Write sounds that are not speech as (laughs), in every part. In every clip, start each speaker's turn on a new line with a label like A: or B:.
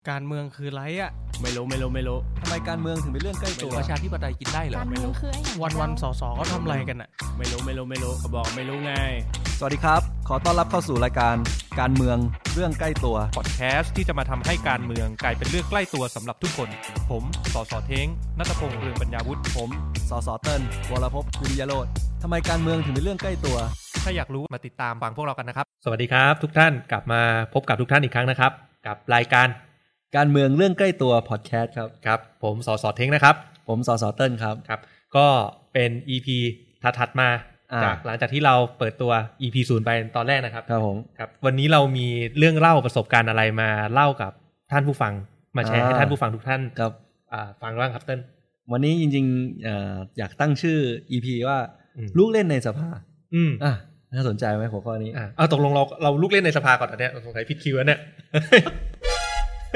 A: การเมืองคือไรอะ
B: ไม่รู้ไม่รู้ไม่รู้
C: ทำไมการเมืองถึงเป็นเรื่องใกล้ตัว
B: ไม่รู้
C: ประชาธิปไตยกินได้เหรอ
D: การเมืองคือไอ้อย่าง
A: วันวันๆสอสอเขาทำอะไรกันอะ
B: ไม่รู้ไม่รู้ไม่รู้เขาบอกไม่รู้ไง
C: สวัสดีครับ ขอต้อนรับเข้าสู่รายการการเมืองเรื่องใกล้ตัว
E: พอดแคสต์ที่จะมาทำให้การเมืองกลายเป็นเรื่องใกล้ตัวสำหรับทุกคน ผมสอสอเท้งนัตพงษ์เรืองปัญญาวุฒิ
C: ผมสสเติ้ลวรพพกุริยโรธทำไมการเมืองถึงเป็นเรื่องใกล้ตัว
E: ถ้าอยากรู้มาติดตามฟังพวกเรากันนะครับ สวัสดีครับ ทุกท่านกลับมาพบกับทุกท่านอีกครั้งนะครับ กับรายการ
C: การเมืองเรื่องใกล้ตัวพอดแคสต์ครับ
E: ครับ ผมสอสอเท้งนะครับ
C: ผมสสเติ้ลครับ
E: ครับ ก็เป็น EP ถัดๆมา
C: อ่า
E: จากหลังจากที่เราเปิดตัว EP ศูนย์ไปตอนแรกนะครับ
C: ครับผม
E: ครับวันนี้เรามีเรื่องเล่าประสบการณ์อะไรมาเล่ากับท่านผู้ฟังมาแชร์ให้ท่านผู้ฟังทุกท่าน
C: ครับ
E: อ่าฟังบ้างครับเต้น
C: วันนี้จริงๆเอ่ออยากตั้งชื่อ EP ว่า
E: อืม
C: ลูกเล่นในสภา
E: อืม
C: อ่ะน่าสนใจไหมหัวข้อนี้
E: อ่ะเอาตกลงเราเราลูกเล่นในสภาก่อนอันเนี้ยสงสัยผิดคิวแล้วเนี่ย (laughs)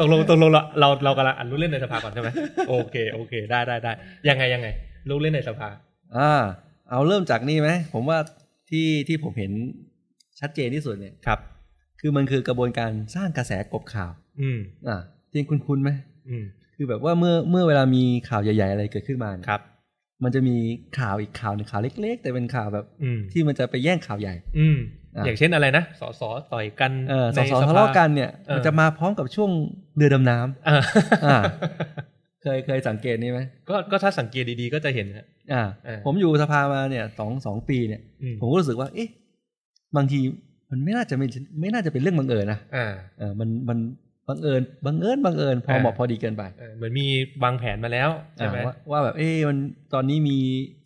E: ตกลงตกลงเราเราเรากำลังอันลูกเล่นในสภาก่อนใช่ไหมโอเคโอเค ได้ได้ได้ยังไงยังไง ลูกเล่นในสภา
C: อ่าเอาเริ่มจากนี่ไหมผมว่าที่ที่ผมเห็นชัดเจนที่สุดเนี่ย
E: ครับ
C: คือมันคือกระบวนการสร้างกระแสกบข่าว
E: อืม
C: อ่ะจริงคุ้นๆไหม
E: อืม
C: คือแบบว่าเมื่อเมื่อเวลามีข่าวใหญ่ ๆ อะไรเกิดขึ้นมาเนี่ย
E: ครับ
C: มันจะมีข่าวอีกข่าวหนึ่งข่าวเล็ก ๆ แต่เป็นข่าวแบบ
E: อืม
C: ที่มันจะไปแย่งข่าวใหญ่
E: อืม
C: อ่ะ
E: อย่างเช่นอะไรนะสอสอต่อยกัน
C: เออส
E: ใน
C: อ
E: ภ
C: สอทะเลาะกันเนี่ย
E: เออ
C: มันจะมาพร้อมกับช่วงเรือดำน้ำ
E: อ่า
C: อ่า เคยเคยสังเกตนี่ไหม
E: ก็ก็ถ้าสังเกตดีๆก็จะเห็นนะ
C: อ่า
E: เออ
C: ผมอยู่สภามาเนี่ยสองสองปีเนี่ย
E: อืม
C: ผมก็รู้สึกว่า เอ๊ะบางทีมันไม่น่าจะไม่ไม่น่าจะเป็นเรื่องบังเอิญนะ
E: อ่า
C: เออมันมันบังเอิญบังเอิญบังเอิญพอ
E: เออ
C: เหมาะพอดีเกินไป
E: เออเหมือนมีวางแผนมาแล้วใช่
C: อ่า
E: ไหม
C: ว่าว่าแบบเอ๊ะมันตอนนี้มี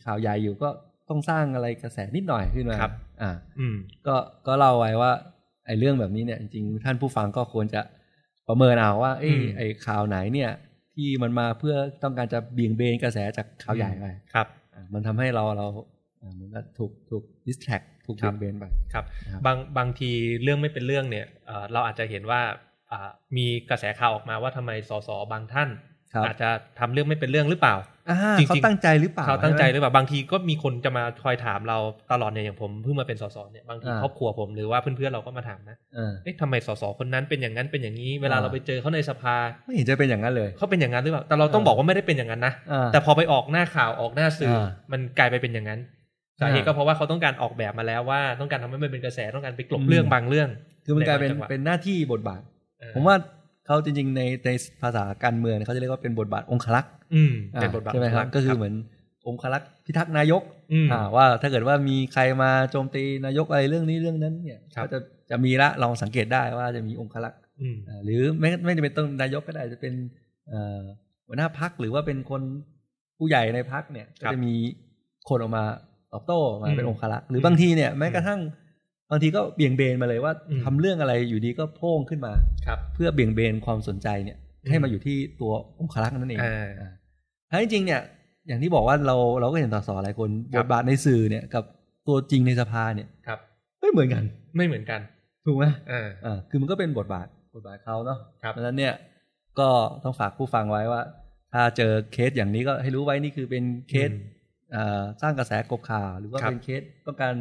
C: ข่าวใหญ่อยู่ก็ต้องสร้างอะไรกระแสนิดหน่อยขึ้นมาอ่า
E: อืม
C: ก็ก็เล่าไว้ว่าไอ้เรื่องแบบนี้เนี่ยจริงๆท่านผู้ฟังก็ควรจะประเมินเอาว่าเอ้ย
E: อืม
C: ไอ้ข่าวไหนเนี่ย ที่มันมาเพื่อต้องการจะเบี่ยงเบนกระแสจากข่าวใหญ่ไป
E: ครับ
C: อ่ะมันทำให้เราเราอ่ะมันก็ถูกถูกดิสแทรกถูก
E: ครั
C: เบี่ยงเบ
E: บ
C: นไป
E: ครับ
C: นะครับ
E: บางบางทีเรื่องไม่เป็นเรื่องเนี่ยเอ่อเราอาจจะเห็นว่าอ่ามีกระแสข่าวออกมาว่าทำไมสสบางท่าน
C: ครับ
E: อาจจะทำเรื่องไม่เป็นเรื่องหรือเปล่า
C: อ่า
E: จริงๆ
C: เขาตั้งใจหรือเปล่า
E: เขาตั้งใจห
C: ช่
E: รือ
C: ไม
E: เปล่าบางทีก็มีคนจะมาคอยถามเราตลอดเนี่ยอย่างผมเพิ่งมาเป็นสสเนี่ยบางที
C: อ่า
E: ครอบครัวผมหรือว่าเพื่อนๆเราก็มาถามนะ
C: เออ
E: เอ๊ะทำไมสสคนนั้นเป็นอย่างนั้นเป็นอย่างนี้ เวลา
C: อ่า
E: เราไปเจอเขาในสภา
C: ไม่เห็นจะเป็นอย่างนั้นเลย
E: เขาเป็นอย่างนั้นหรือเปล่าแต่เราต้อง
C: อ่า
E: บอกว่าไม่ได้เป็นอย่างนั้นนะ
C: อ่า
E: แต่พอไปออกหน้าข่าวออกหน้าสื่ออา มันกลายไปเป็นอย่างนั้นสาเหตุ
C: อ่า
E: ก็เพราะว่าเขาต้องการออกแบบมาแล้วว่าต้องการทำให้มันเป็นกระแสต้องการไปกลบ
C: อืม
E: เรื่องบางเรื่อง
C: คือมันกลายเป็น
E: ในบางจังหวะ
C: เป็นหน้าที่บทบาท
E: เออ
C: ผมว่าเขาจริง ๆ ในในภาษาการเมืองเนี่ยเขาจะเรียกว่าเป็นบทบาทองครักษ์
E: อืม
C: อ่ะ
E: เป็นบทบาท
C: ใช่ไหมครับก็คือเหมือนองครักษ์พิทักษ์นายก
E: อืม
C: อ่าว่าถ้าเกิดว่ามีใครมาโจมตีนายกอะไรเรื่องนี้เรื่องนั้นเนี่ย
E: ครับ
C: ก็จะจะมีละลองสังเกตได้ว่าจะมีองคลักษ์
E: อืม
C: อ่าหรือไม่ไม่จำเป็นต้องนายกก็ได้จะเป็นเอ่อหัวหน้าพักหรือว่าเป็นคนผู้ใหญ่ในพักเนี่ยก็จะมีคนออกมาตอบโต้ออกมาเป็นองคลักษ์หรือบางทีเนี่ยแม้กระทั่งบางทีก็เบี่ยงเบนมาเลยว่าทำเรื่องอะไรอยู่ดีก็โพ่งขึ้นมา
E: ครับ
C: เพื่อเบี่ยงเบนความสนใจเนี่ย
E: อืม
C: ให้มาอยู่ที่ตัวองคลักษ์นั่นเอง
E: อ่า
C: อ่าทั้งจริงๆเนี่ย อย่างที่บอกว่าเราเราก็เห็นสสหลายคนบ
E: ครับ
C: ทบาทในสื่อเนี่ยกับตัวจริงในสภาเนี่ย
E: ครับ
C: ไม่เหมือนกัน
E: ไม่เหมือนกัน
C: ถูกไหม
E: อ่า
C: อ่าคือมันก็เป็นบทบาทบทบาทเขาเนาะ
E: ครับ
C: ดังนั้นเนี่ยก็ต้องฝากผู้ฟังไว้ว่า ถ้าเจอเคสอย่างนี้ก็ให้รู้ไว้นี่คือเป็นเคส
E: อืม
C: เอ่อสร้างกระแสกบข่าวหรือว่า
E: ครับ
C: เป็นเคสต้องการ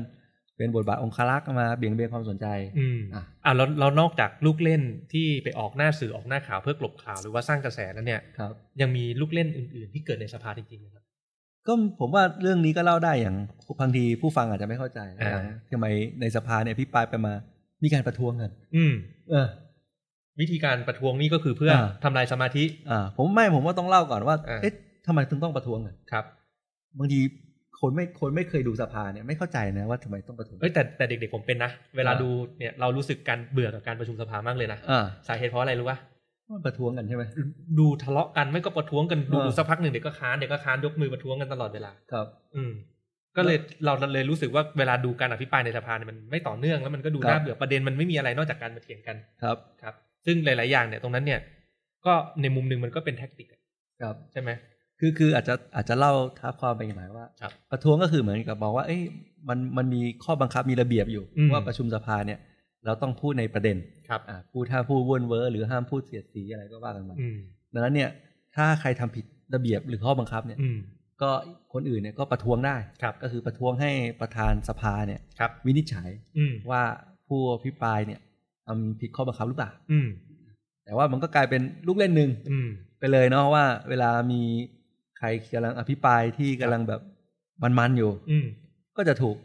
C: เป็นบทบาทองคลักษ์มาเบี่ยงเบนความสนใจ
E: อืม
C: อ่ะ
E: อ่าแล้วแล้วนอกจากลูกเล่นที่ไปออกหน้าสื่อออกหน้าข่าวเพื่อกลบข่าวหรือว่าสร้างกระแสแล้วเนี่ย
C: ครับ
E: ยังมีลูกเล่นอื่น ๆ ที่เกิดในสภาจริงๆนะครับ
C: ก็ผมว่าเรื่องนี้ก็เล่าได้อย่างบางทีผู้ฟังอาจจะไม่เข้าใจ
E: อ่า
C: ว่าทำไมในสภาเนี่ยพิปรายไปมามีการประท้วงกัน
E: อืม
C: เออ
E: วิธีการประท้วงนี่ก็คือเพื่ออา ทำลายสมาธิ
C: อ่า ผมไม่ผมว่าต้องเล่าก่อนว่า
E: อ่า
C: เอ๊ะทำไมถึงต้องประท้วงกัน
E: ครับ
C: บางทีคนไม่คนไม่เคยดูสภาเนี่ยไม่เข้าใจนะว่าทำไมต้องประท้วง
E: เอ้ยแต่แต่เด็กๆผมเป็นนะ เวลา
C: อ่า
E: ดูเนี่ยเรารู้สึกการเบื่อกับการประชุมสภามากเลยนะ
C: อ่า
E: สาเหตุเพราะอะไรรู้ปะ
C: มันประท้วงกันใช่ไหม
E: ดูทะเลาะกันไม่ก็ประท้วงกันดู
C: อ่า
E: สักพักหนึ่งเด็กก็ค้านเด็กก็ค้านยกมือประท้วงกันตลอดเวลา
C: ครับ
E: อืมก็เลยเราเลยรู้สึกว่าเวลาดูการอภิปรายในสภาเนี่ยมันไม่ต่อเนื่องแล้วมันก็ดู
C: ครับ
E: น่าเบื่อประเด็นมันไม่มีอะไรนอกจากการมาเถียงกัน
C: ครับ
E: ครับ ซึ่งหลาย ๆ อย่างเนี่ยตรงนั้นเนี่ย ก็ในมุมหนึ่งมันก็เป็นแท็กติกอะ
C: ครับ
E: ใช่ไหม
C: คือคืออาจจะอาจจะเล่าท้าความไปอีกหน่อยว่า
E: ครับ
C: ประท้วงก็คือเหมือนกับบอกว่าเอ้ยมันมันมีข้อบังคับมีระเบียบอยู่
E: อืม
C: ว่าประชุมสภาเนี่ย เราต้องพูดในประเด็น
E: ครับ
C: อ่าพูดถ้าพูดเว่นเวอร์หรือห้ามพูดเสียดสีอะไรก็ว่ากันมา
E: อืม
C: ดังนั้นเนี่ยถ้าใครทำผิดระเบียบหรือข้อบังคับเนี่ย
E: อืม
C: ก็คนอื่นเนี่ยก็ประท้วงได้
E: ครับ
C: ก็คือประท้วงให้ประธานสภาเนี่ย
E: ครับ
C: วินิจฉัย
E: อืม
C: ว่าผู้อภิปรายเนี่ยทำผิดข้อบังคับหรือเปล่า
E: อืม
C: แต่ แต่ว่ามันก็กลายเป็นลูกเล่นหนึ่ง
E: อืม
C: ไปเลยเนาะว่า เวลามีใครกำลังอภิปรายที่กำลังแบบมันๆอยู่
E: อืม
C: ก็จะถูก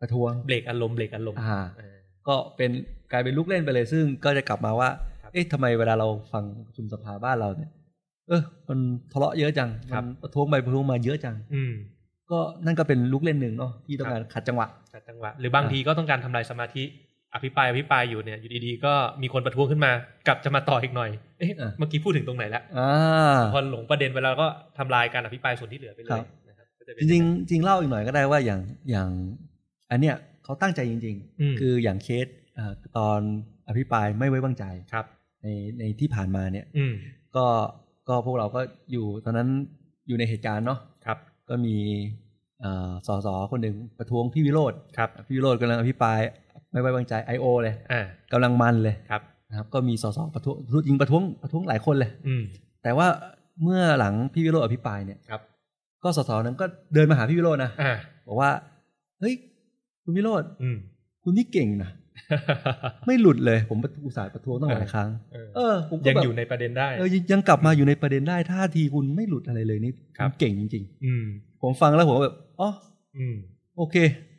C: ประท้วง
E: เบรกอารมณ์เบรกอารมณ์
C: อ่า
E: เออ
C: ก็เป็นกลายเป็นลูกเล่นไปเลย ซึ่งก็จะกลับมาว่า
E: ครับ
C: เอ๊ะทำไมเวลาเราฟังประชุมสภาบ้านเราเนี่ย เออมันทะเลาะเยอะจังมันประท้วงไปประท้วงมาเยอะจัง
E: อืม
C: ก็นั่นก็เป็นลูกเล่นหนึ่งเนาะที่ต้อง
E: ครับ
C: การขัดจังหวะ
E: จัดจังหวะหรือบางทีก็ต้องการทำลายสมาธิ อภิปรายอภิปรายอยู่เนี่ยอยู่ดีๆ ก็มีคนประท้วงขึ้นมากลับจะมาต่ออีกหน่อยเอ๊ะ
C: อ่ะ
E: เมื่อกี้พูดถึงตรงไหนละ
C: อ่า
E: พอหลงประเด็นไปแล้วก็ทำลายการอภิปรายส่วนที่เหลือไปเล
C: ครั
E: ย
C: บ
E: นะครับก็จะเป็
C: จ
E: น
C: ริงๆจริงเล่าอีกหน่อยก็ได้ว่าอย่างอย่างอันเนี้ยเขาตั้งใจจริง
E: อืม
C: ๆ คืออย่างเคสเอ่อตอนอภิปรายไม่ไว้วางใจ
E: ครับ
C: ในในที่ผ่านมาเนี่ย
E: อืม
C: ก็ก็พวกเราก็อยู่ตอนนั้นอยู่ในเหตุการณ์เนาะ
E: ครับ
C: ก็มีเอ่อสสคนหนึ่งประท้วงพี่วิโรธ
E: ครับ
C: พี่วิโรธกำลังอภิปรายไม่ไว้วางใจ I.O. เลย
E: อ่าก
C: ำลังมันเลย
E: ครับ
C: นะครับก็มีสสประท้วงยิงประท้วงประท้วงหลายคนเลย
E: อืม
C: แต่ว่าเมื่อหลังพี่วิโรธอภิปรายเนี่ย
E: ครับ
C: ก็สสนั้นก็เดินมาหาพี่วิโรจน์นะ
E: อ่า
C: บอกว่า เฮ้ย คุณวิโรธ
E: อืม (laughs)
C: คุณนี่เก่งนะ ไม่หลุดเลย ผมอุตส่าห์ประท้วงตั้งหลายครั้ง
E: เออ
C: เออ ผมก็
E: ยัง
C: แบบ
E: อยู่ในประเด็นได้
C: เออยังยังกลับมาอยู่ในประเด็นได้ท่าทีคุณไม่หลุดอะไรเลยนี่
E: ครับ
C: ณเก่งจริง
E: อืม
C: ๆ ผมฟังแล้วผมก็แบบอ๋อ
E: อืม
C: โอเค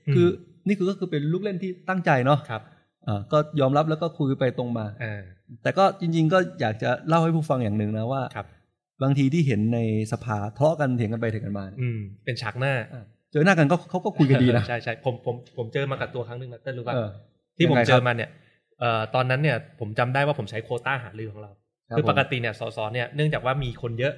E: อืม
C: คือนี่คือก็คือเป็นลูกเล่นที่ตั้งใจเนาะ
E: ครับ
C: อ่าก็ยอมรับแล้วก็คุยไปตรงมา
E: อ่า
C: แต่ก็จริง ๆ ก็อยากจะเล่าให้ผู้ฟังอย่างหนึ่งนะว่า
E: ครับ
C: บางทีที่เห็นในสภาทะเลาะกันเถียงกันไปเถียงกันมาเนี่ย
E: อืม เป็นฉากหน้า
C: อ่าเจอหน้ากันก็เขาก็คุยกันดีนะ
E: ใช่ใช่ผมผมผมเจอมากับตัวครั้งหนึ่งนะเต้นรู้ป่ะ
C: เออ
E: ที่ผม
C: ยังไง
E: เจ
C: ครั
E: อบ มาเนี่ยเอ่อตอนนั้นเนี่ยผมจำได้ว่าผมใช้โควต้าหารือของเรา
C: รับ
E: คือ
C: ผม
E: ปกติเนี่ยสสเนี่ยเนื่องจากว่ามีคนเยอะ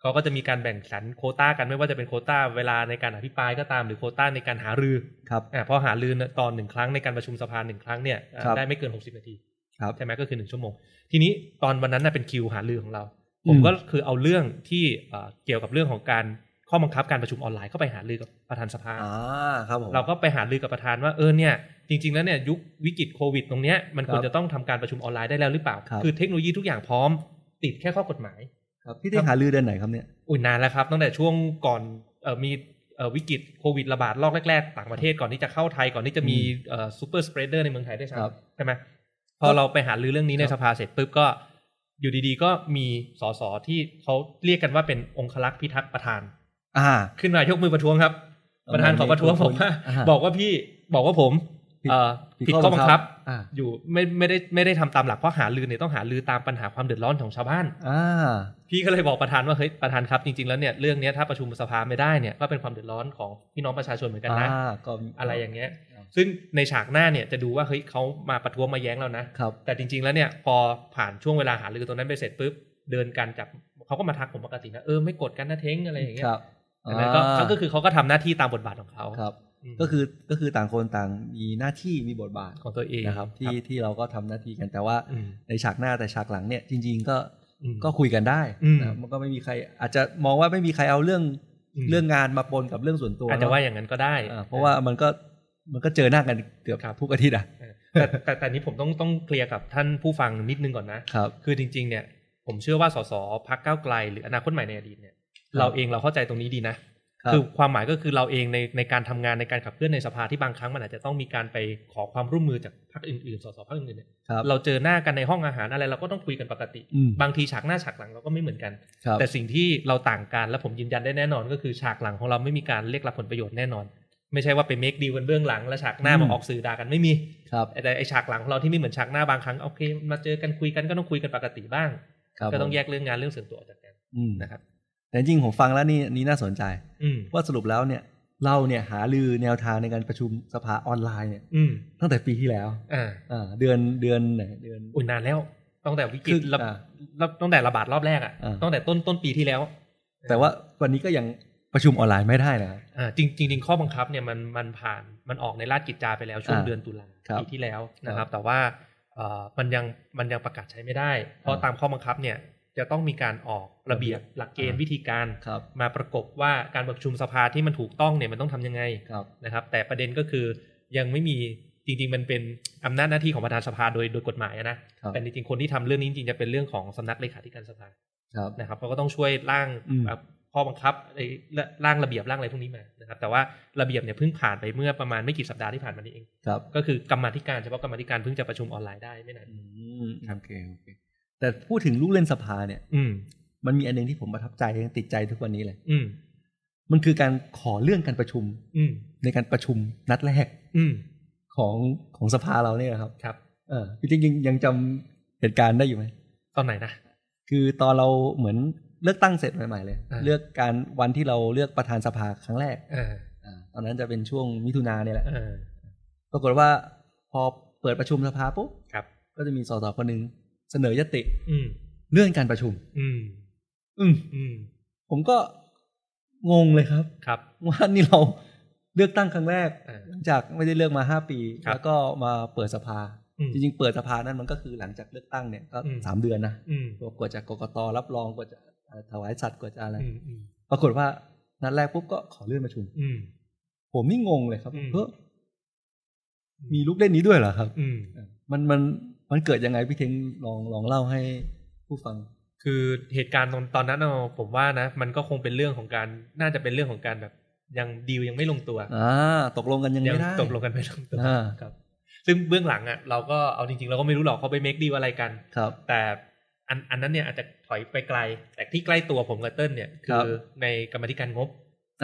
E: เขาก็จะมีการแบ่งสรรโควต้ากันไม่ว่าจะเป็นโควต้าเวลาในการอภิปรายก็ตามหรือโควต้าในการหารือ
C: ครับ
E: อ่าพอหารือเนี่ยตอนหนึ่งครั้งในการประชุมสภาหนึ่งครั้งเนี่ยอ่า
C: ครับ
E: ได้ไม่เกินหกสิบนาที
C: ครับ
E: ใช่ไหมก็คือหนึ่งชั่วโมง ทีนี้ตอนวันนั้นน่ะเป็นคิวหารือของเรา ผม
C: อืม
E: ก็คือเอาเรื่องที่เอ่อเกี่ยวกับเรื่องของการข้อบังคับการประชุมออนไลน์เข้าไปหารือกับประธานสภา
C: อ่าครับผม
E: เราก็ไปหารือกับประธานว่าเออเนี่ยจริง ๆ แล้วเนี่ยยุควิกฤตโควิดตรงเนี้ยมันควร
C: ครับ
E: จะต้องทำการประชุมออนไลน์ได้แล้วหรือเปล่า
C: ครับ
E: อเทคโนโลยีทุกอย่างพร้อม ติดแค่ข้อกฎหมาย
C: ครับพี่ได้หาลือเดือนไหนครับเนี่ย
E: อุ้ยนานแล้วครับตั้งแต่ช่วงก่อนเอ่อมีเอ่อวิกฤตโควิดระบาดรอบแรก ๆ ต่างประเทศก่อนที่จะเข้าไทยก่อนที่จะมีเอ่อซูเปอร์สเปรดเดอร์ในเมืองไทยด้วยซ้
C: ครับ
E: ำใช่ไหมพอเราไปหารือเรื่องนี้ใน
C: ครับ
E: สภาเสร็จปุ๊บก็อยู่ดีๆ ก็มีสสที่เขาเรียกกันว่าเป็นองคลักษ์พิทักษ์ประธาน
C: ่า
E: ขึ้นมายกมือประท้วงครับ
C: ประมาณ
E: ประธานขอประท้วงผมว่า
C: อ่าฮะ
E: บอกว่าพี่บอกว่าผม
C: ผิด
E: เอ่อผิดข้อบังคับ
C: อ่า
E: อยู่ไม่ไม่ได้ไม่ได้ทำตามหลักเพราะหาลือเนี่ยต้องหาลือตามปัญหาความเดือดร้อนของชาวบ้าน
C: อ่า
E: พี่ก็เลยบอกประธานว่าเฮ้ยประธานครับจริงๆแล้วเนี่ยเรื่องเนี้ยถ้าประชุมสภาไม่ได้เนี่ยก็เป็นความเดือดร้อนของพี่น้องประชาชนเหมือนกันนะ
C: อ่าก็มี
E: อะไรอย่างเงี้ย
C: ครับ
E: ซึ่งในฉากหน้าเนี่ยจะดูว่าเฮ้ยเขามาประท้วงมาแย้งเรานะ
C: ครับ
E: แต่จริงๆแล้วเนี่ยพอผ่านช่วงเวลาหาลือตรงนั้นไปเสร็จปุ๊บเดินกันจับเขาก็มาทักผมปกตินะเออไม่กดกันนะเท้งอะไรอย่างเงี้
C: ค
E: ย
C: รับ
E: อันนั้นก็
C: อ่
E: เขาก็คือเขาก็ทำหน้าที่ตามบทบาทของเขา
C: ครับ
E: ม
C: ก็คือก็คือต่างคนต่างมีหน้าที่มีบทบาท
E: ของตัวเอง
C: นะครับ ที่ที่เราก็ทำหน้าที่กันแต่ว่า
E: อืม
C: ในฉากหน้าแต่ฉากหลังเนี่ย จริง ๆ ก็
E: อืม
C: ก็คุยกันได้
E: อืม
C: นะครับมันก็ไม่มีใคร อาจจะมองว่าไม่มีใครเอาเรื่อง
E: ม
C: เรื่องงานมาปนกับเรื่องส่วนตัว
E: อาจจะว่าอย่างนั้นก็ได้
C: อ่าเพราะว่ามันก็มันก็เจอหน้ากันเกือบ
E: ครับ
C: ทุกอาทิตย์อ่ะ
E: เออแต่แต่แต่นี้ผมต้องต้องเคลียร์กับท่านผู้ฟังนิดนึงก่อนนะ
C: ครับ
E: คือจริง ๆ เนี่ยผมเชื่อว่าสสพักก้าวไกล หรืออนาคตใหม่ในอดีตเนี่ย
C: ครับ
E: เราเองเราเข้าใจตรงนี้ดีนะครับอความหมายก็คือเราเองในในการทำงานในการขับเคลื่อนในสภาที่บางครั้งมันอาจจะต้องมีการไปขอความร่วมมือจากพรรคอื่นๆสสพักอื่นๆเนี่ย
C: ครับ
E: เราเจอหน้ากันในห้องอาหารอะไรเราก็ต้องคุยกันปกติ
C: อืม
E: บางทีฉากหน้าฉากหลังเราก็ไม่เหมือนกัน
C: ครับ
E: แต่สิ่งที่เราต่างกันและผมยืนยันได้แน่นอนก็คือฉากหลังของเราไม่มีการเรียกรับผลประโยชน์แน่นอน ไม่ใช่ว่าไปเมคดีกันเบื้องหลังและฉากหน้ามาออกสื่อด่ากันไม่มี
C: ครับ
E: แต่ไอฉากหลังของเราที่ไม่เหมือนฉากหน้าบางครั้งโอเคมาเจอกันคุยกันก็ต้องคุยกันปกติบ้าง
C: ครับ
E: ก็ต้อง
C: ผม
E: แยกเรื่องงานเรื่องส่วนตัวออกจากกัน
C: อืม
E: นะครับ
C: แต่จริงๆผมฟังแล้วนี่นี่น่าสนใจ
E: อืม
C: ว่าสรุปแล้วเนี่ยเราเนี่ยหาลือแนวทางในการประชุมสภาออนไลน์เนี่ย
E: อืม
C: ตั้งแต่ปีที่แล้ว
E: อ่า
C: อ่าเดือนเดือนไหนเดือน
E: อุ่นนานแล้วตั้งแต่วิกฤ
C: คื
E: ต
C: อ
E: ระ
C: อ่า
E: ระตั้งแต่ระบาดรอบแรกอ่ะ
C: อ่า
E: ตั้งแต่ต้นต้นปีที่แล้ว
C: แต่ว่าวันนี้ก็ยังประชุมออนไลน์ไม่ได้นะครับ
E: อ่าจริงจริงๆข้อบังคับเนี่ยมันมันผ่านมันออกในราชกิจจาไปแล้วช่วง
C: อ่า
E: เดือนตุลา
C: ครับ
E: ปีที่แล้วนะค
C: ครั
E: รับ
C: บ
E: แต่ว่าเอ่อมันยังมันยังประกาศใช้ไม่ได้ เพราะ
C: อ่า
E: ตามข้อบังคับเนี่ยจะต้องมีการออกระเบียบหลักเกณฑ์
C: อ่า
E: วิธีการ
C: ครับ
E: มาประกบว่าการประชุมสภาที่มันถูกต้องเนี่ยมันต้องทำยังไง
C: ครับ
E: นะครับแต่ประเด็นก็คือยังไม่มีจริงๆ มันเป็นอำนาจหน้าที่ของประธานสภาโดยโดยกฎหมายอะนะครับ แต่จริงๆคนที่ทำเรื่องนี้จริงๆจะเป็นเรื่องของสำนักเลขาธิการสภา
C: ครับ
E: นะครับเขาก็ต้องช่วยร่าง
C: อืม
E: แบบข้อบังคับไอ้ละร่างระเบียบร่างอะไรพวกนี้มานะครับแต่ว่าระเบียบเนี่ยเพิ่งผ่านไปเมื่อประมาณไม่กี่สัปดาห์ที่ผ่านมานี้เอง
C: ครับ
E: ก็คือกรรมาธิการเฉพาะกรรมาธิการเพิ่งจะประชุมออนไลน์ได้ไม่นาน
C: อืมโอเคโอเค แต่พูดถึงลูกเล่นสภาเนี่ย
E: อืม
C: มันมีอันหนึงที่ผมประทับใจยังติดใจทุกวันนี้เลย
E: อืม
C: มันคือการขอเรื่องการประชุม
E: อืม
C: ในการประชุมนัดแรก
E: อืม
C: ของของสภาเราเนี่ยครับ
E: ครับ
C: เออพี่จริงๆยังจำเหตุการณ์ได้อยู่ไหม
E: ตอนไหนนะ
C: คือตอนเราเหมือนเลือกตั้งเสร็จใหม่ๆเลย
E: อ่า
C: เลือกการวันที่เราเลือกประธานสภาครั้งแรก
E: เออ
C: อาตอนนั้นจะเป็นช่วงมิถุนาเนี่ยแหละ
E: เออ
C: ปรากฏว่าพอเปิดประชุมสภาปุ๊บ
E: ครับ
C: ก็จะมีสสคนหนึ่งเสนอยติ
E: อืม
C: เลื่อนการประชุม
E: อืม
C: อืม
E: อืม
C: ผมก็งงเลยครับ
E: ครับ
C: ว่านี่เราเลือกตั้งครั้งแรก
E: เออ
C: หลังจากไม่ได้เลือกมาห้าปี
E: ครับ
C: แล้วก็มาเปิดสภา
E: อืม
C: จริงๆเปิดสภานั่นมันก็คือหลังจากเลือกตั้งเนี่ยก็
E: อืม
C: สามเดือนนะ
E: อืม
C: กว่าจะกกตรับรองกว่าจะถวายสัตว์กว่าจะอะไร
E: อืมอืม
C: ปรากฏว่านัดแรกปุ๊บก็ขอเลื่อนประชุม
E: อืม
C: ผมนี่งงเลยครับ
E: อืม
C: เพ้อมีลูกเล่นนี้ด้วยเหรอครับ
E: อืม
C: มันมันมันเกิดยังไงพี่เทงลองลองเล่าให้ผู้ฟัง
E: คือเหตุการณ์ตอนตอนนั้นน่ะผมว่านะ มันก็คงเป็นเรื่องของการน่าจะเป็นเรื่องของการแบบยังดีลยังไม่ลงตัว
C: อ่า ตกลงกันยัง
E: ยั
C: ไม่ได้
E: ตกลงกันไม่ลงตัว
C: อ่า
E: ครับ ซึ่งเบื้องหลังอ่ะเราก็เอาจริงๆเราก็ไม่รู้หรอกเขาไปเมคดีลอะไรกัน
C: ครับ
E: แต่อันอันนั้นเนี่ยอาจจะถอยไปไกล แต่ที่ใกล้ตัวผมกับเติ้ลเนี่ย
C: ค
E: คื
C: รับ
E: อในกรรมาธิการงบ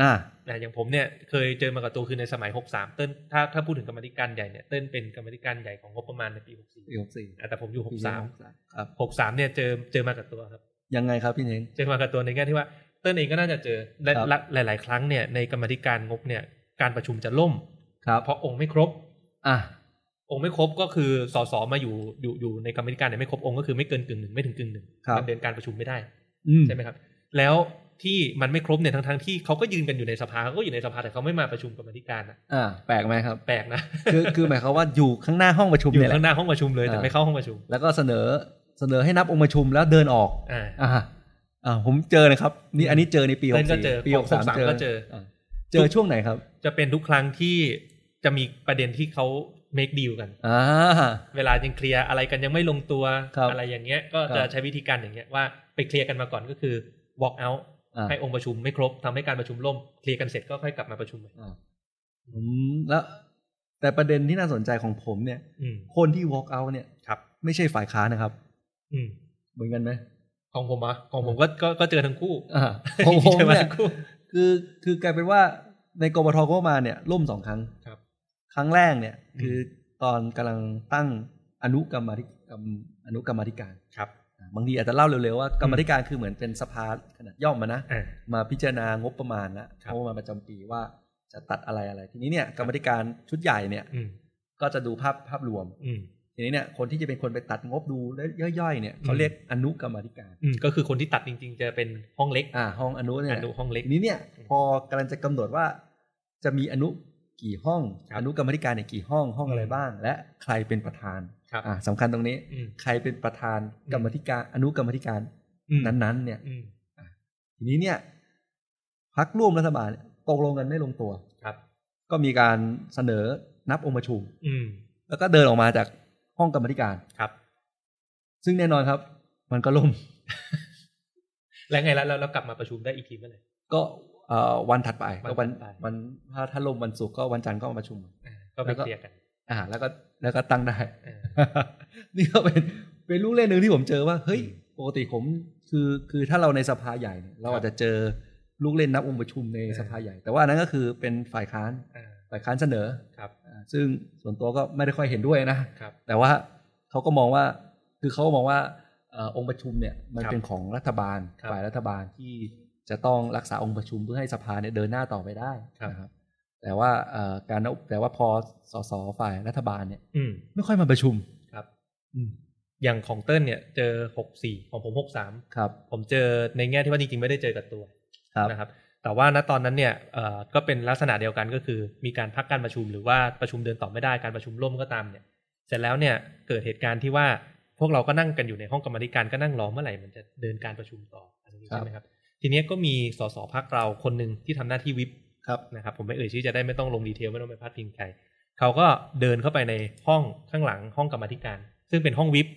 C: อ่า
E: นะอย่างผมเนี่ยเคยเจอมากับตัวคือในสมัย 63 เติ้ลถ้าถ้าพูดถึงกรรมาธิการใหญ่เนี่ยเติ้ลเป็นกรรมาธิการใหญ่ของงบประมาณในปี
C: ปีหกสี่
E: 64แต่ผมอยู่
C: ปีนี้
E: 63
C: 63ครับ
E: 63เนี่ยเจอเจอมากับตัวครับ
C: ยังไงครับพี่เทง
E: เจอมากับตัวในแง่ที่ว่าเติ้ลเองก็น่าจะเจอและ
C: ครับ
E: และหลาย ๆ ครั้งเนี่ยในกรรมาธิการงบเนี่ยการประชุมจะล่ม
C: ครับ
E: เพราะองค์ไม่ครบ
C: อ่ะ
E: องค์ไม่ครบก็คือสสมาอยู่อยู่อยู่ในกรรมาธิการเนี่ยไม่ครบองค์ก็คือไม่เกินกึ่งหนึ่งไม่ถึงกึ่งหนึ่ง
C: ครับ
E: ดำเนินการประชุมไม่ได้
C: อืม
E: ใช่ไหมครับ แล้วที่มันไม่ครบเนี่ยทั้งทั้งๆที่เขาก็ยืนกันอยู่ในสภาเขาก็อยู่ในสภาแต่เขาไม่มาประชุมกรรมาธิการอะ
C: อ่า แปลกไหมครับ
E: แปลกนะ
C: คือคือหมายความว่าอยู่ข้างหน้าห้องประชุม
E: อยู่
C: เนี่ยแหละ
E: ข้างหน้าห้องประชุมเลยแต่ไม่เข้าห้องประชุม
C: แล้วก็เสนอเสนอให้นับองค์ประชุมแล้วเดินออก
E: อ่า
C: อ่าอ่าผมเจอเลยครับ นี่อันนี้เจอในปีห
E: เพื่
C: ก
E: อนก็
C: สี่
E: เจอ
C: ปี
E: ข
C: ห
E: อง
C: กสาม
E: 63
C: เจอ
E: ก็เจออ่
C: าเจอช่วงไหนครับ
E: จะเป็นทุกครั้งที่จะมีประเด็นที่เขา make deal กัน
C: อ่า
E: เวลายังเคลียร์อะไรกันยังไม่ลงตัว
C: ครับ
E: อะไรอย่างเงี้ย ก็
C: ค
E: จะ
C: รับ
E: ใช้วิธีการอย่างเงี้ยว่าไปเคลียร์กันมาก่อนก็คือ walk out
C: อ่า
E: ให้องค์ประชุมไม่ครบทำให้การประชุมล่มเคลียร์กันเสร็จก็ค่อยกลับมาประชุมใหม่
C: อืมแล้ว แต่ประเด็นที่น่าสนใจของผมเนี่ย
E: อืม
C: คนที่ walk out เนี่ย
E: ครับ
C: ไม่ใช่ฝ่ายค้านนะครับ
E: อืม
C: เหมือนกันไหม
E: ของผมอะของผมก็ก็ก็เจอทั้งคู่
C: อ่าของผม
E: เจอมา
C: เนี่ย
E: ทั้งคู่
C: คือคือกลายเป็นว่าในกบทก็มาเนี่ย ล่มสองครั้ง
E: ครับ
C: ครั้งแรกเนี่ย
E: อืม
C: คือตอนกำลังตั้งอนุกรรมาธิกรรมอนุกรรมาธิการ
E: ครับ
C: บางทีอาจจะเล่าเร็วๆว่ากรรมาธิการคือเหมือนเป็นสภาขนาดย่อมมานะ
E: อ่า
C: มาพิจารณางบประมาณนะครับ งบประมาณประจำปีว่าจะตัดอะไรอะไร ทีนี้เนี่ยกรรมธิการชุดใหญ่เนี่ย
E: อืม
C: ก็จะดูภาพภาพรวม
E: อืม
C: ทีนี้เนี่ยคนที่จะเป็นคนไปตัดงบดูและย่อยๆเนี่ยเขา
E: อืม
C: เรียกอนุกรรมาธิการ
E: อืมก็คือคนที่ตัดจริง ๆ จะเป็นห้องเล็ก
C: อ่า ห้องอนุเนี่ย
E: อนุห้องเล็ก
C: ทีนี้เนี่ยพอกำลังจะกำหนดว่า จะมีอนุกี่ห้อง
E: ครับ
C: อนุกรรมาธิการเนี่ยกี่ห้องห้องอะไรบ้าง และใครเป็นประธาน
E: ครับ
C: อ่าสำคัญตรงนี้
E: อืม
C: ใครเป็นประธานกรรมาธิการอนุกรรมาธิการ
E: อืม
C: นั้นๆเนี่ย
E: อืม
C: ทีนี้เนี่ยพักร่วมรัฐบาลเนี่ยตกลงกันไม่ลงตัว
E: ครับ
C: ก็มีการเสนอนับองค์ประชุม
E: อืม
C: แล้วก็เดินออกมาจากห้องกรรมาธิการ
E: ครับ
C: ซึ่งแน่นอนครับ มันก็ล่ม (laughs)
E: แล้วไงแล้วแล้วแล้วกลับมาประชุมได้อีกทีเมื่อไหร่
C: ก็เอ่อวันถัดไปก็
E: วั
C: วัน น
E: ถัดไป
C: วันถ้าถ้าล่มวันศุกร์ก็วันจันทร์ก็มาประชุม
E: อ่าก็ไป
C: แล้วก็
E: เคลียร์กัน
C: อ่า แล้วก็แล้วก็ตั้งได้ (laughs)
E: อ่า
C: นี่ก็เป็นเป็นลูกเล่นหนึ่งที่ผมเจอว่า เฮ้ย
E: อืม
C: ปกติผมคือคือถ้าเราในสภาใหญ่เนี่ยเราอาจจะเจอลูกเล่นนับองค์ประชุมใน
E: เออ
C: สภาใหญ่ แต่ว่าอันนั้นก็คือเป็นฝ่ายค้าน
E: อ่า
C: ฝ่ายค้านเสนอ
E: ครับ
C: อ่าซึ่งส่วนตัวก็ไม่ได้ค่อยเห็นด้วยนะ
E: ครับ
C: แต่ว่าเขาก็มองว่าคือเขาก็มองว่าเอ่อองค์ประชุมเนี่ยมัน
E: ครับ
C: เป็นของรัฐบาล
E: ครับ
C: ฝ่ายรัฐบาลที่จะต้องรักษาองค์ประชุมเพื่อให้สภาเนี่ยเดินหน้าต่อไปได้
E: ครับ
C: นะครับแต่ว่าเอ่อการแต่ว่าพอสสฝ่ายรัฐบาลเนี่ย
E: อืม
C: ไม่ค่อยมาประชุม
E: ครับ
C: อืม
E: อย่างของเติ้ลเนี่ยเจอหกสี่ของผมหกสาม
C: ครับ
E: ผมเจอในแง่ที่ว่าจริงๆไม่ได้เจอกับตัว
C: ครับ
E: นะครับ แต่ว่าณตอนนั้นเนี่ยเอ่อก็เป็นลักษณะเดียวกันก็คือ มีการพักการประชุมหรือว่าประชุมเดินต่อไม่ได้การประชุมล่มก็ตามเนี่ย เสร็จแล้วเนี่ยเกิดเหตุการณ์ที่ว่าพวกเราก็นั่งกันอยู่ในห้องกรรมาธิการก็นั่งรอเมื่อไหร่มันจะเดินการประชุมต่ออะไรอย่างนี้ใช่ไหมครับ ทีเนี้ยก็มีสสพักเราคนหนึ่งที่ทำหน้าที่วิป
C: ครับ
E: นะครับผมไม่เอ่ยชื่อจะได้ไม่ต้องลงดีเทลไม่ต้องไปพาดพิงใครเขาก็เดินเข้าไปในห้องข้างหลังห้องกรรมาธิการ ซึ่งเป็นห้องวิป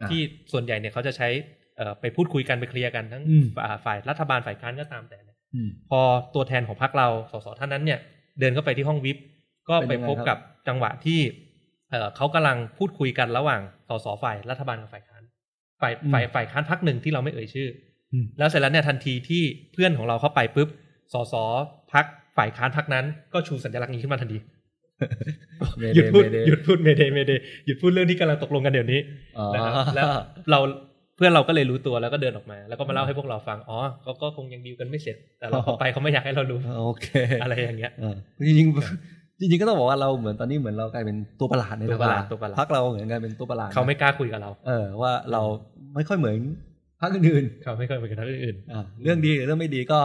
C: อ่ะ
E: ที่ส่วนใหญ่เนี่ยเขาจะใช้เอ่อไปพูดคุยกันไปเคลียร์กันทั้ง
C: อืม
E: อ่าฝ่ายรัฐบาลฝ่ายค้านก็ตามแต่เนี่ย
C: อืม
E: พอตัวแทนของพรรคเราสสท่านนั้นเนี่ย เดินเข้าไปที่ห้องวิปก็ไปพบกับจังหวะที่เอ่อเขากำลังพูดคุยกันระหว่างสสฝ่ายรัฐบาลกับฝ่ายค้าน ฝ่าย
C: อืม
E: ฝ่ายฝ่ายค้านพักหนึ่งที่เราไม่เอ่ยชื่ออ
C: ม
E: แล้วเสร็จแล้วเนี่ยทันทีที่เพื่อนของเราเข้าไปปุ๊บสสพักฝ่ายค้านพักนั้นก็ชูสัญลักษณ์นี้ขึ้นมาทันที
C: เม
E: หยุดพูด
C: เม
E: หยุดพูดเมเดเมเดหยุดพูดเรื่องที่กำลังตกลงกันเดี๋ยวนี้
C: อ๋อ
E: นะครับแล้วเราเพื่อนเราก็เลยรู้ตัวแล้วก็เดินออกมา แล้วก็มาเล่าให้พวกเราฟังอ๋อก็ก็คงยังดีลกันไม่เสร็จ แต่เราออกไปเขาไม่อยากให้เรารู้
C: โอเค
E: (laughs) อะไรอย่างเงี้ย
C: เออจริงๆจริงๆก็ต้องบอกว่าเราเหมือนตอนนี้เหมือนเรากลายเป็นตัวประหลาดใน
E: ตัวประหลาดตัวประหลาด
C: พักเราเหมือนกันเป็นตัวประหลาด
E: เขาไม่กล้าคุยกับเรา
C: เออว่าเราไม่ค่อยเหมือนพักอื่น
E: เขาไม่เคยคุยกับท่านอื่น
C: ๆอ่ะเรื่องดีหรือเรื่องไม่ดีก็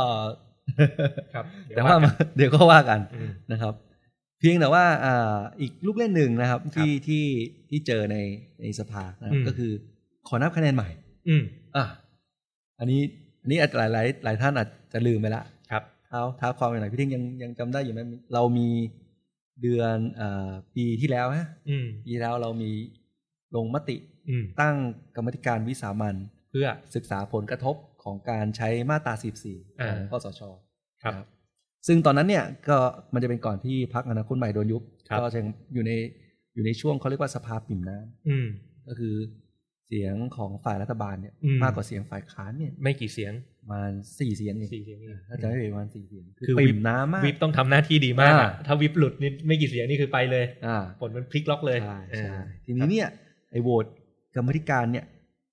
E: ๆครับ
C: แต่ว่า (laughs) มัน (laughs) เดี๋ยวก็ว่ากัน
E: อืม
C: นะครับ เพียงแต่ว่าอ่าอีกลูกเล่นหนึ่งนะครับ ที่ที่ที่เจอในในสภานะครับ
E: อืม
C: ก็คือขอนับคะแนนใหม่
E: อืม
C: อ่ะอันนี้อันนี้อาจหลายหลายหลายท่านอาจจะลืมไปละ
E: ครับ
C: เท้าเท้าความไปหน่อยพี่ทิ้งยังยังจำได้อยู่ไหมเรามีเดือนเออปีที่แล้วฮะ
E: อืม
C: ปีแล้วเรามีลงมติ
E: อืม
C: ตั้งกรรมธิการวิสามัน
E: เพื่อ
C: ศึกษาผลกระทบของการใช้มาตรา 14 ข
E: อ่า
C: องกสช
E: ครับ
C: ซึ่งตอนนั้นเนี่ยก็มันจะเป็นก่อนที่พักอนาคตใหม่โดนยุบ
E: ครับ
C: ก็ยังอยู่ในอยู่ในช่วงเขาเรียกว่าสภาปิ่มน้ำ
E: อืม
C: ก็คือเสียงของฝ่ายรัฐบาลเนี่ย
E: อืม
C: มากกว่าเสียงฝ่ายค้านเนี่ย
E: ไม่กี่เสียง
C: ประมาณสี่เสียงเอง
E: สี่เสียงเอง
C: ถ้าจะไม่ผิดประมาณสี่เสียง
E: คือวิ
C: ปิ่
E: ป
C: มน้ำมาก
E: วิปต้องทำหน้าที่ดีมากอะ
C: อ่า
E: ถ้าวิปหลุดนี่ไม่กี่เสียงนี่คือไปเลย
C: อ่า
E: ผลมันพลิกล็อกเลย
C: ใช่
E: เอ
C: ใช่
E: อ
C: ทีนี้เนี่ยไอ้โหวตกรรมธิการเนี่ย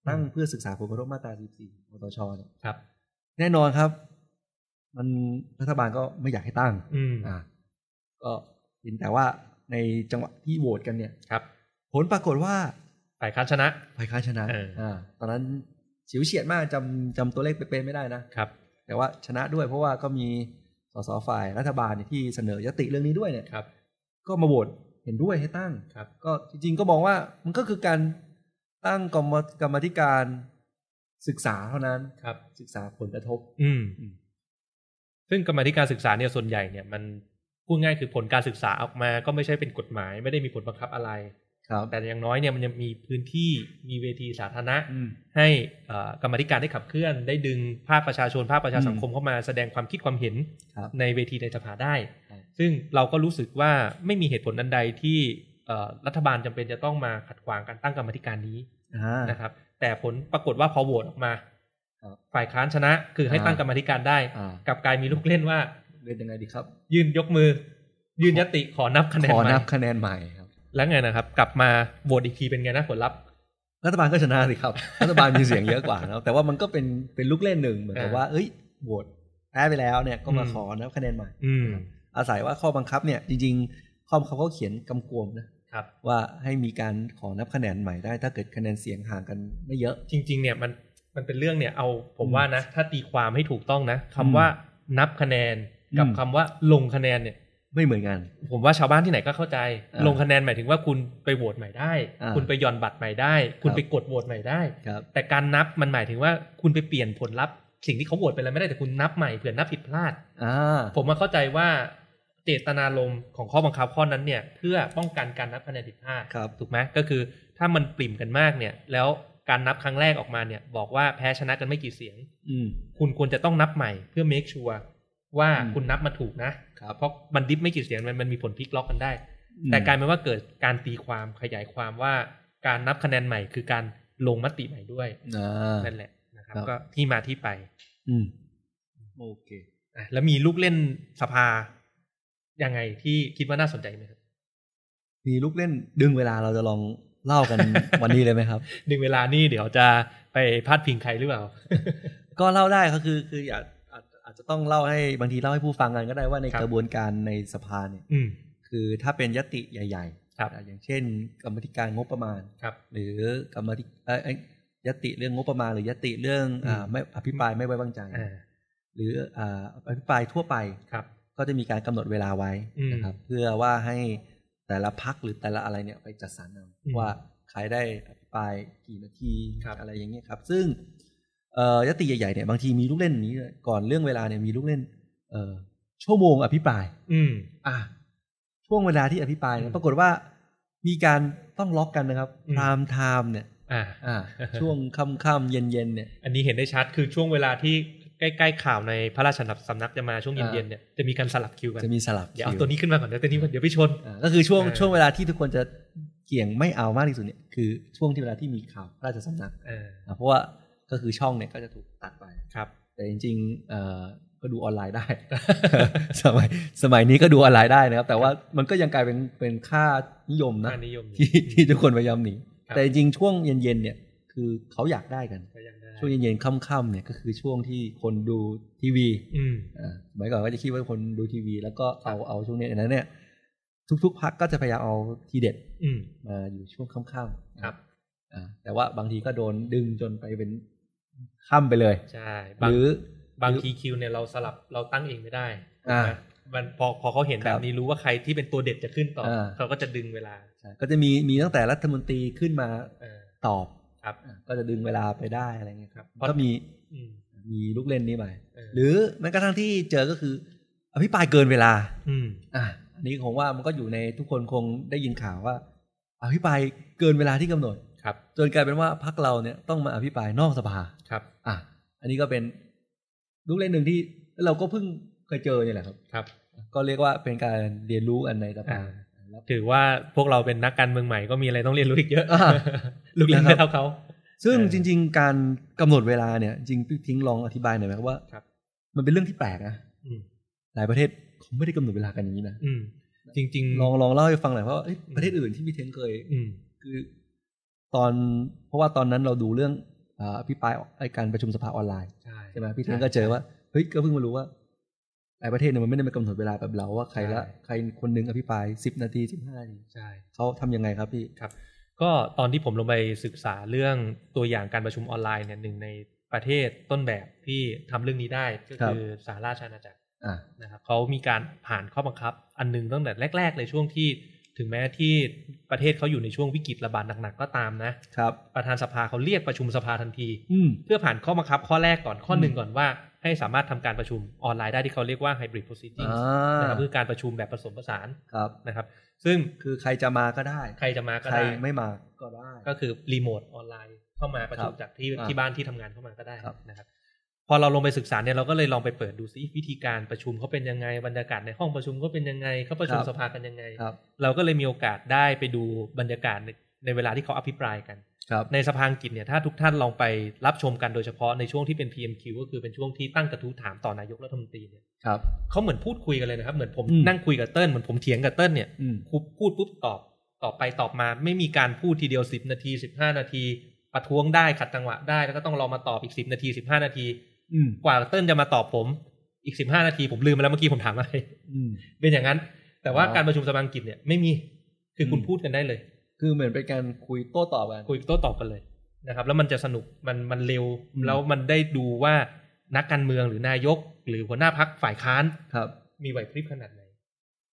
C: ตั้งเพื่อศึกษาผลกระทบมาตรา 14มตชเนี่ย
E: ครับ
C: แน่นอนครับ มันรัฐบาลก็ไม่อยากให้ตั้ง
E: อืม
C: อ่าก็เห็นแต่ว่าในจังหวะที่โหวตกันเนี่ย
E: ครับ
C: ผลปรากฏว่า
E: ฝ่ายค้านชนะ
C: ฝ่ายค้านชนะ
E: เอออ่
C: ่าตอนนั้นเฉียวเฉียดมากจำจำตัวเลขเป๊ะๆไม่ได้นะ
E: ครับ
C: แต่ว่าชนะด้วยเพราะว่าก็มีสสฝ่ายรัฐบาลเนี่ยที่เสนอยติเรื่องนี้ด้วยเนี่ย
E: ครับ
C: ก็มาโหวตเห็นด้วยให้ตั้ง
E: ครับ
C: ก็จริงๆก็มองว่ามันก็คือการตั้งกรรมกรรมาธิการศึกษาเท่านั้น
E: ครับ
C: ศึกษาผลกระทบ
E: อืม
C: อืม
E: ซึ่งกรรมาธิการศึกษาเนี่ยส่วนใหญ่เนี่ยมันพูดง่ายคือผลการศึกษาออกมาก็ไม่ใช่เป็นกฎหมาย ไม่ได้มีผลบังคับอะไร
C: ครับ
E: แต่อย่างน้อยเนี่ยมันยังมีพื้นที่มีเวทีสาธารณะ
C: อืม
E: ให้เอ่อกรรมาธิการได้ขับเคลื่อน ได้ดึงภาคประชาชนภาคประชาสังคมเข้ามาแสดงความคิดความเห็น
C: ครับ
E: ในเวทีในสภาได้
C: ครับ
E: ซึ่งเราก็รู้สึกว่าไม่มีเหตุผลอันใดที่เอ่อรัฐบาลจำเป็นจะต้องมาขัดขวางการตั้งกรรมาธิการนี้
C: อ่า
E: นะครับแต่ผลปรากฏว่าพอโหวตออกมา
C: ครับ
E: ฝ่ายค้านชนะคือให้
C: อ่า
E: ตั้งกรรมาธิการได้
C: อ่า
E: กลับกลายมีลูกเล่นว่า
C: เรียนยังไงดีครับ
E: ยื่นยกมือ ยื่นยติขอนับคะแนน
C: ขอ
E: ใหม่
C: นับคะแนนใหม่ครับ
E: แล้วไงนะครับ กลับมาโหวตอีกทีเป็นไงนะผลลัพธ์
C: รัฐบาลก็ชนะสิ
E: (laughs)
C: ครับ รัฐบาลมีเสียงเยอะกว่านะครับแต่ว่ามันก็เป็นเป็นลูกเล่นหนึ่งเหมือนกับ
E: อ่า
C: ว่า เอ้ยโหวตแพ้ไปแล้วเนี่ยก็มา
E: อืม
C: ขอนับคะแนนใหม่
E: อืม
C: อาศัยว่าข้อบังคับเนี่ย จริง ๆ ข้อบังคับเขาเขียนกำกวมนะครับ ว่าให้มีการขอนับคะแนนใหม่ได้ ถ้าเกิดคะแนนเสียงห่างกันไม่เยอะ
E: จริง ๆ เนี่ยมันมันเป็นเรื่องเนี่ยเอาผม
C: อืม
E: ว่านะ ถ้าตีความให้ถูกต้องนะคำ
C: อืม
E: ว่านับคะแนนกับ
C: อืม
E: คำว่าลงคะแนนเนี่ย
C: ไม่เหมือนกัน
E: ผมว่าชาวบ้านที่ไหนก็เข้าใจ
C: อ่า
E: ลงคะแนนหมายถึงว่าคุณไปโหวตใหม่ได้
C: อ่า
E: คุณไปหย่อนบัตรใหม่ได้ คุ
C: ค
E: ณ
C: รับ
E: ไปกดโหวตใหม่ได้
C: ครับ
E: แต่การนับมันหมายถึงว่าคุณไปเปลี่ยนผลลัพธ์สิ่งที่เขาโหวตไปแล้วไม่ได้แต่คุณนับใหม่เผื่อนับผิดพลาด
C: อ่า
E: ผมมาเข้าใจว่าเจตนารมณ์ของข้อบังคับข้อนั้นเนี่ย เพื่อป้องกันการนับคะแนนผิดพลาด
C: ครับ
E: ถูกไหมก็คือถ้ามันปริ่มกันมากเนี่ย แล้วการนับครั้งแรกออกมาเนี่ย บอกว่าแพ้ชนะกันไม่กี่เสียง
C: อืม
E: คุณควรจะต้องนับใหม่เพื่อ make sure ว่า
C: อืม
E: คุณนับมาถูกนะครับ เพราะมันดิฟไม่กี่เสียงมันมันมีผลพลิกล็อกกันได้ แต่กลายเป็นว่าเกิดการตีความขยายความว่าการนับคะแนนใหม่คือการลงมติใหม่ด้วย
C: อ่า
E: นั่นแหละนะครับ
C: ครับ
E: ก็ที่มาที่ไป
C: อืมโอเค
E: อ่ะแล้วมีลูกเล่นสภายังไงที่คิดว่าน่าสนใจไหมครับ
C: มีลูกเล่นดึงเวลาเราจะลองเล่ากัน วันนี้เลยไหมครับ
E: หนึ่งเวลานี่เดี๋ยวจะไปพาดพิงใครหรือเปล่า
C: ก็เล่าได้ก็คือคืออยากอาจอาจจะต้องเล่าให้บางทีเล่าให้ผู้ฟังกันก็ได้ว่าใน
E: ครับ
C: กระบวนการในสภาเนี่ย
E: อืม
C: คือถ้าเป็นยติใหญ่ๆ
E: ครับ
C: อ่ะอย่างเช่น กรรมธิการงบประมาณ
E: ครับ
C: หรือกรรมธิเอ่อเอ้ยยติเรื่องงบประมาณ หรือยติเรื่อง
E: อืม
C: อ่าไม่อภิปรายไม่ไว้วางใจ
E: อ่า
C: หรืออ่าอภิปรายทั่วไป
E: ครับ
C: ก็จะมีการกำหนดเวลาไว้นะครับ เพื่อว่าให้แต่ละพักหรือแต่ละอะไรเนี่ยไปจัดสรรเอา
E: อืม
C: ว่าใครได้อภิปรายกี่นาที
E: ครับ
C: อะไรอย่างเงี้ยครับ ซึ่งเอ่อยติใหญ่ๆเนี่ยบางทีมีลูกเล่นอย่างนี้ด้วยก่อนเรื่องเวลาเนี่ยมีลูกเล่น เอ่อชั่วโมงอภิปราย
E: อืม
C: อ่ะช่วงเวลาที่อภิปรายเนี่
E: อื
C: ย
E: ม
C: ปรากฏว่ามีการต้องล็อกกันนะครับ
E: อืม
C: พรามไทม์เนี่ย
E: อ่า
C: อ่า ช่วงค่ำๆเย็นๆเนี่ย
E: อันนี้เห็นได้ชัดคือช่วงเวลาที่ใกล้ๆข่าวในพระราชสำนักจะมาช่วงเย็นๆเนี่ยจะมีการสลับคิวกัน
C: จะมีสลับ
E: เดี๋ยวเอาตัวนี้ขึ้นมาก่อนเดี๋ยวตัวนี้ก่อนเดี๋ยวไปชน
C: อ่าก็คือช่วง
E: เออ
C: ช่วงเวลาที่ทุกคนจะ เกี่ยงไม่เอามากที่สุดเนี่ยคือช่วงที่เวลาที่มีข่าวราชสำนัก
E: อ่า
C: อ่ะเพราะว่าก็คือช่องเนี่ยก็จะถูกตัดไป
E: ครับ
C: แต่จริงๆเอ่อก็ดูออนไลน์ได้ (laughs) สมัยสมัยนี้ก็ดูออนไลน์ได้นะครับ แต่ว่ามันก็ยังกลายเป็นเป็นค่านิยมนะ
E: ค่านิยมอยู่
C: ที่ที่ทุกคนพยายามหนี
E: ครับ
C: แต่จริงๆช่วงเย็นๆเนี่ยคือเขาอยากได้กัน
E: ก็ยังได้
C: ช่วงเย็นๆค่ำๆเนี่ยก็คือช่วงที่คนดูทีวี
E: อืม
C: อ่าสมัยก่อนก็จะคิดว่าคนดูทีวี แล้วก็เอาเอาช่วงเนี้ยดังนั้นเนี่ย ทุกๆพักก็จะพยายามเอาทีเด็ด
E: อืม
C: มาอยู่ช่วงค่ำๆ
E: ครับ
C: อ่าแต่ว่าบางทีก็โดนดึงจนไปเป็นค่ำไปเลย
E: ใช่
C: ห
E: บาง
C: รือ
E: บางทีคิวเนี่ยเราสลับเราตั้งเองไม่ได้
C: อ่า
E: นะมันพอพอเขาเห็น
C: ค
E: แบ
C: รับบ
E: นี้รู้ว่าใครที่เป็นตัวเด็ดจะขึ้นต่ออา เขาก็จะดึงเวลา
C: ใช่ก็จะมีมีตั้งแต่รัฐมนตรีขึ้นมา
E: เออ
C: ตอบ
E: ครับ
C: อ่าก็จะดึงเวลาไปได้อะไรเงี้ยครับ
E: ครับ
C: ก็มี
E: อืม
C: มีลูกเล่นนี้ไป
E: เออ
C: หรือแม้กระทั่งที่เจอก็คือ อภิปรายเกินเวลา
E: ม
C: อ่ะอันนี้ผมว่ามันก็อยู่ในทุกคนคงได้ยินข่าวว่า อภิปรายเกินเวลาที่กำหนด
E: ครับ
C: จนกลายเป็นว่าพักเราเนี่ยต้องมาอภิปรายนอกสภา
E: ครับ
C: อ่ะ อันนี้ก็เป็นลูกเล่นหนึ่งที่เราก็เพิ่งเคยเจอเนี่ยแหละครับ
E: ครับ
C: ก็เรียกว่าเป็นการเรียนรู้อันในสภา
E: อ่า
C: แล้ว
E: ถือว่าพวกเราเป็นนักการเมืองใหม่ก็มีอะไรต้องเรียนรู้อีกเยอะ
C: อ่า
E: ลูกเล่นไม่เท่าเขา
C: ซึ่ง
E: เออ
C: จริง ๆ การกำหนดเวลาเนี่ย จริงพี่ทิ้งลองอธิบายหน่อยไหมครับว่า
E: ครับ
C: มันเป็นเรื่องที่แปลกนะ
E: อืม
C: หลายประเทศเขาไม่ได้กำหนดเวลากันอย่างนี้นะ
E: อืม จริง ๆ
C: ลองลองเล่าให้ฟังหน่อยเพราะว่าเอ้ยประเทศอื่นที่พี่เทงเคย
E: อืม
C: คือตอนเพราะว่าตอนนั้นเราดูเรื่องอ่าอภิปรายไอการประชุมสภาออนไลน์
E: ใช่
C: ใช่ไหมพี่เทนก็เจอว่าเฮ้ยก็เพิ่งมารู้ว่าหลายประเทศเนี่ยมันไม่ได้มากำหนดเวลาแบบเราว่าใครละ
E: ใช่
C: ใครคนหนึ่งอภิปรายสิบนาทีสิบห้านาที
E: ใช่
C: เขาทำยังไงครับพี่
E: ก็ตอนที่ผมลงไปศึกษาเรื่องตัวอย่างการประชุมออนไลน์เนี่ยหนึ่งในประเทศต้นแบบที่ทำเรื่องนี้ได้ก็
C: ครับ
E: คือสหราชอาณาจักร
C: อ่า
E: นะครับเขามีการผ่านข้อบังคับ อันหนึงตั้งแต่แรก ๆ เลยช่วงที่ถึงแม้ที่ประเทศเขาอยู่ในช่วงวิกฤตระบาดหนักๆก็ตามนะครับ ประธานสภาเขาเรียกประชุมสภาทันที
C: อืม
E: เพื่อผ่านข้อบังคับข้อแรกก่อนข้อหนึ่ง
C: อืม
E: ก่อนว่าให้สามารถทำการประชุมออนไลน์ได้ที่เขาเรียกว่า hybrid proceedings
C: อ่า
E: นะครับคือการประชุมแบบผสมผสาน
C: ครับ
E: นะครับ ซึ่ง
C: คือใครจะมาก็ได้
E: ใครจะมาก็
C: ใคร
E: ได้
C: ไม่มาก็ได้
E: ก็คือรีโมทออนไลน์เข้ามาประชุ
C: ค
E: ม
C: รับ
E: จากที่
C: อ่า
E: ที่บ้านที่ทำงานเข้ามาก็ได้
C: ครับ
E: นะครับพอเราลงไปศึกษาเนี่ยเราก็เลยลองไปเปิดดูซิวิธีการประชุมเขาเป็นยังไงบรรยากาศในห้องประชุมเขาเป็นยังไงเขาประชุ
C: ค
E: ม
C: รับ
E: สภากันยังไง
C: ครับ
E: เราก็เลยมีโอกาสได้ไปดูบรรยากาศในในเวลาที่เขาอภิปรายกัน
C: ครับ
E: ในสภาอังกฤษเนี่ยถ้าทุกท่านลองไปรับชมกันโดยเฉพาะในช่วงที่เป็น PMQ ก็คือเป็นช่วงที่ตั้งกระทู้ถามต่อนายกรัฐมนตรีเนี่ย
C: ครับ
E: เขาเหมือนพูดคุยกันเลยนะครับเหมือนผม
C: อืม
E: นั่งคุยกับเติ้ลเหมือนผมเถียงกับเติ้ลเนี่ย
C: อืม
E: ครูพูดปุ๊บตอบตอบไปตอบมาไม่มีการพูดทีเดียวสิบนาทีสิบห้านาที ประท้วงได้ขัดจังหวะได้แล้วก็ต้องรอมาตอบอีกสิบนาทีสิบห้านาที
C: อืม
E: กว่าเติ้ลจะมาตอบผมอีกสิบห้านาที ผมลืมไปแล้วเมื่อกี้ผมถามอะไร
C: อืม
E: เป็นอย่างนั้น แต่ว่า
C: อ๋อ
E: การประชุมสภาอังกฤษเนี่ยไม่มีคือคุณ
C: อืม
E: พูดกันได้เลย
C: คือเหมือนเป็นการคุยโต้ตอบกัน
E: คุยโต้ตอบกันเลยนะครับ แล้วมันจะสนุกมันมันเร็ว
C: อืม
E: แล้วมันได้ดูว่านักการเมืองหรือนายก หรือหัวหน้าพักฝ่ายค้าน
C: ครับ
E: มีไหวพริบขนาดไหน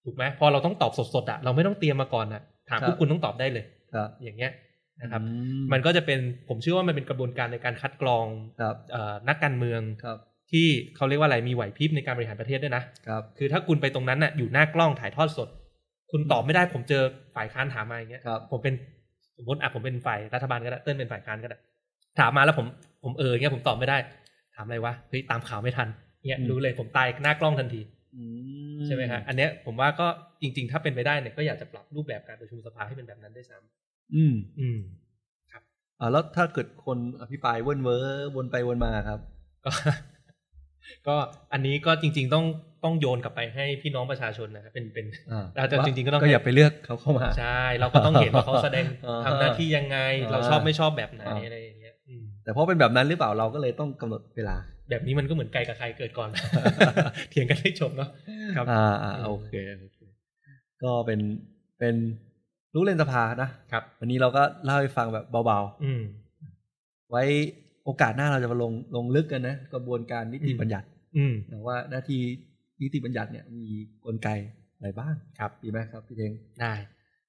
E: ถูกไหมพอเราต้องตอบสดๆอะเราไม่ต้องเตรียมมาก่อนอะถาม
C: ครับ
E: พวกคุณต้องตอบได้เลย
C: ครับ
E: อย่างเงี้ยนะครับ
C: อื
E: มันก็จะเป็นผมเชื่อว่ามันเป็นกระบวนการในการคัดกรอง
C: ครับ
E: เออนักการเมือง
C: ครับ
E: ที่เขาเรียกว่าอะไรมีไหวพริบในการบริหารประเทศด้วยนะครับคือถ้าคุณไปตรงนั้นน่ะอยู่หน้ากล้องถ่ายทอดสด คุณตอบไม่ได้ผมเจอฝ่ายค้านถามมาอย่างเงี้ย
C: ครับ
E: ผมเป็นสมมติอ่ะผมเป็นฝ่ายรัฐบาลก็ได้เติ้ลเป็นฝ่ายค้านก็ได้ถามมาแล้วผมผมเอออย่างเงี้ยผมตอบไม่ได้ ถามอะไรวะเฮ้ยตามข่าวไม่ทันเงี้ย
C: อืม
E: รู้เลยผมตายหน้ากล้องทันที
C: อื
E: ใช่ไหมฮะอันเนี้ยผมว่าก็จริง ๆ ถ้าเป็นไปได้เนี่ยก็อยากจะปรับรูปแบบการประชุมสภาให้เป็นแบบนั้นได้วยซ้
C: อืม
E: ำอืม
C: อ่าแล้วถ้าเกิดคนอภิปรายเว่นเว้อวนไปวนมาครับ
E: ก็ (laughs) ก็อันนี้ก็จริง ๆ ต้องต้องโยนกลับไปให้พี่น้องประชาชนนะครับเป็นเป็น
C: อ่า
E: อาจจะจริงๆก็ต้อง
C: ก็อย่าไปเลือกเขาเข้ามา
E: ใช่เราก็ต้องเห็น
C: (laughs)
E: ว่าเขาแสดง
C: อ่า
E: ทำหน้าที่ยังไง
C: อ่า
E: เราชอบไม่ชอบแบบไหน
C: อ่า
E: อะไรอย่างเงี้ยอืม
C: แต่เพราะเป็นแบบนั้นหรือเปล่าเราก็เลยต้องกำหนดเวลา
E: แบบนี้มันก็เหมือนไก่กับไข่เกิด
C: (laughs)
E: ก่อน (laughs) เถียงกันให้จบเนาะครับ
C: อ่าอ่าโอเคโอเค ก็เป็นเป็นลูกเล่นสภานะครับ วันนี้เราก็เล่าให้ฟังแบบเบา
E: อืม
C: ๆ ไว้โอกาสหน้าเราจะมาลงลงลึกกันนะ กระบวนการนิติ
E: อืม
C: บัญญัติ
E: อืม
C: นะว่าหน้าที่นิติบัญญัติเนี่ยมีกลไกอะไรบ้าง
E: ครับ
C: ดีไหมครับพี่เทง
E: ได้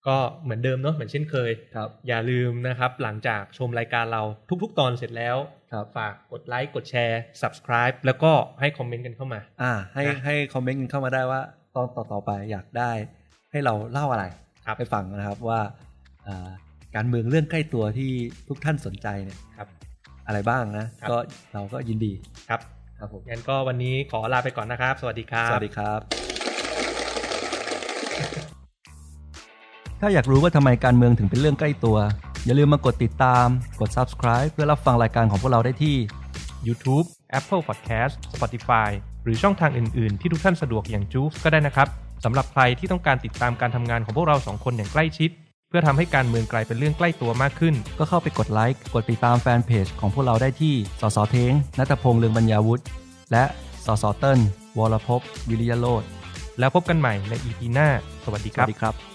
E: ก็เหมือนเดิมเนาะเหมือนเช่นเคย
C: ครับ
E: อย่าลืมนะครับ หลังจากชมรายการเราทุก ๆ ตอนเสร็จแล้ว
C: ครับ
E: ฝากกดไลค์กดแชร์ subscribe แล้วก็ให้คอมเมนต์กันเข้ามา
C: อ่าให้
E: นะ
C: ให้คอมเมนต์กันเข้ามาได้ว่าตอนต่อๆไปอยากได้ให้เราเล่าอะไร
E: ครับ
C: ให้ฟังนะครับว่าอ่าการเมืองเรื่องใกล้ตัวที่ทุกท่านสนใจเนี่ย
E: ครับ
C: อะไรบ้างนะครับ ก็เราก็ยินดี
E: ครับ
C: ครับผม
E: งั้นก็วันนี้ขอลาไปก่อนนะครับ สวัสดีครับ
C: สวัสดีครับ ถ ถ้าอยากรู้ว่าทำไมการเมืองถึงเป็นเรื่องใกล้ตัว อย่าลืมมากดติดตาม กด subscribe เพื่อรับฟังรายการของพวกเราได้ที่
E: YouTube Apple Podcast Spotify หรือช่องทางอื่น ๆ ที่ทุกท่านสะดวกอย่างจูฟก็ได้นะครับสำหรับใครที่ต้องการติดตามการทำงานของพวกเราสองคนอย่างใกล้ชิด เพื่อทำให้การเมืองกลายเป็นเรื่องใกล้ตัวมากขึ้น
C: ก็เข้าไปกดไลค์ กดติดตามแฟนเพจของพวกเราได้ที่ สสเทงนัตพงษ์เลืองบรรยาวุฒิ และ สสเติ้ลวรภพวิริยโรธ
E: แล้วพบกันใหม่ใน EP หน้า สวัสดี
C: ส
E: ค
C: วั
E: รั
C: ส
E: บ
C: ดีครับ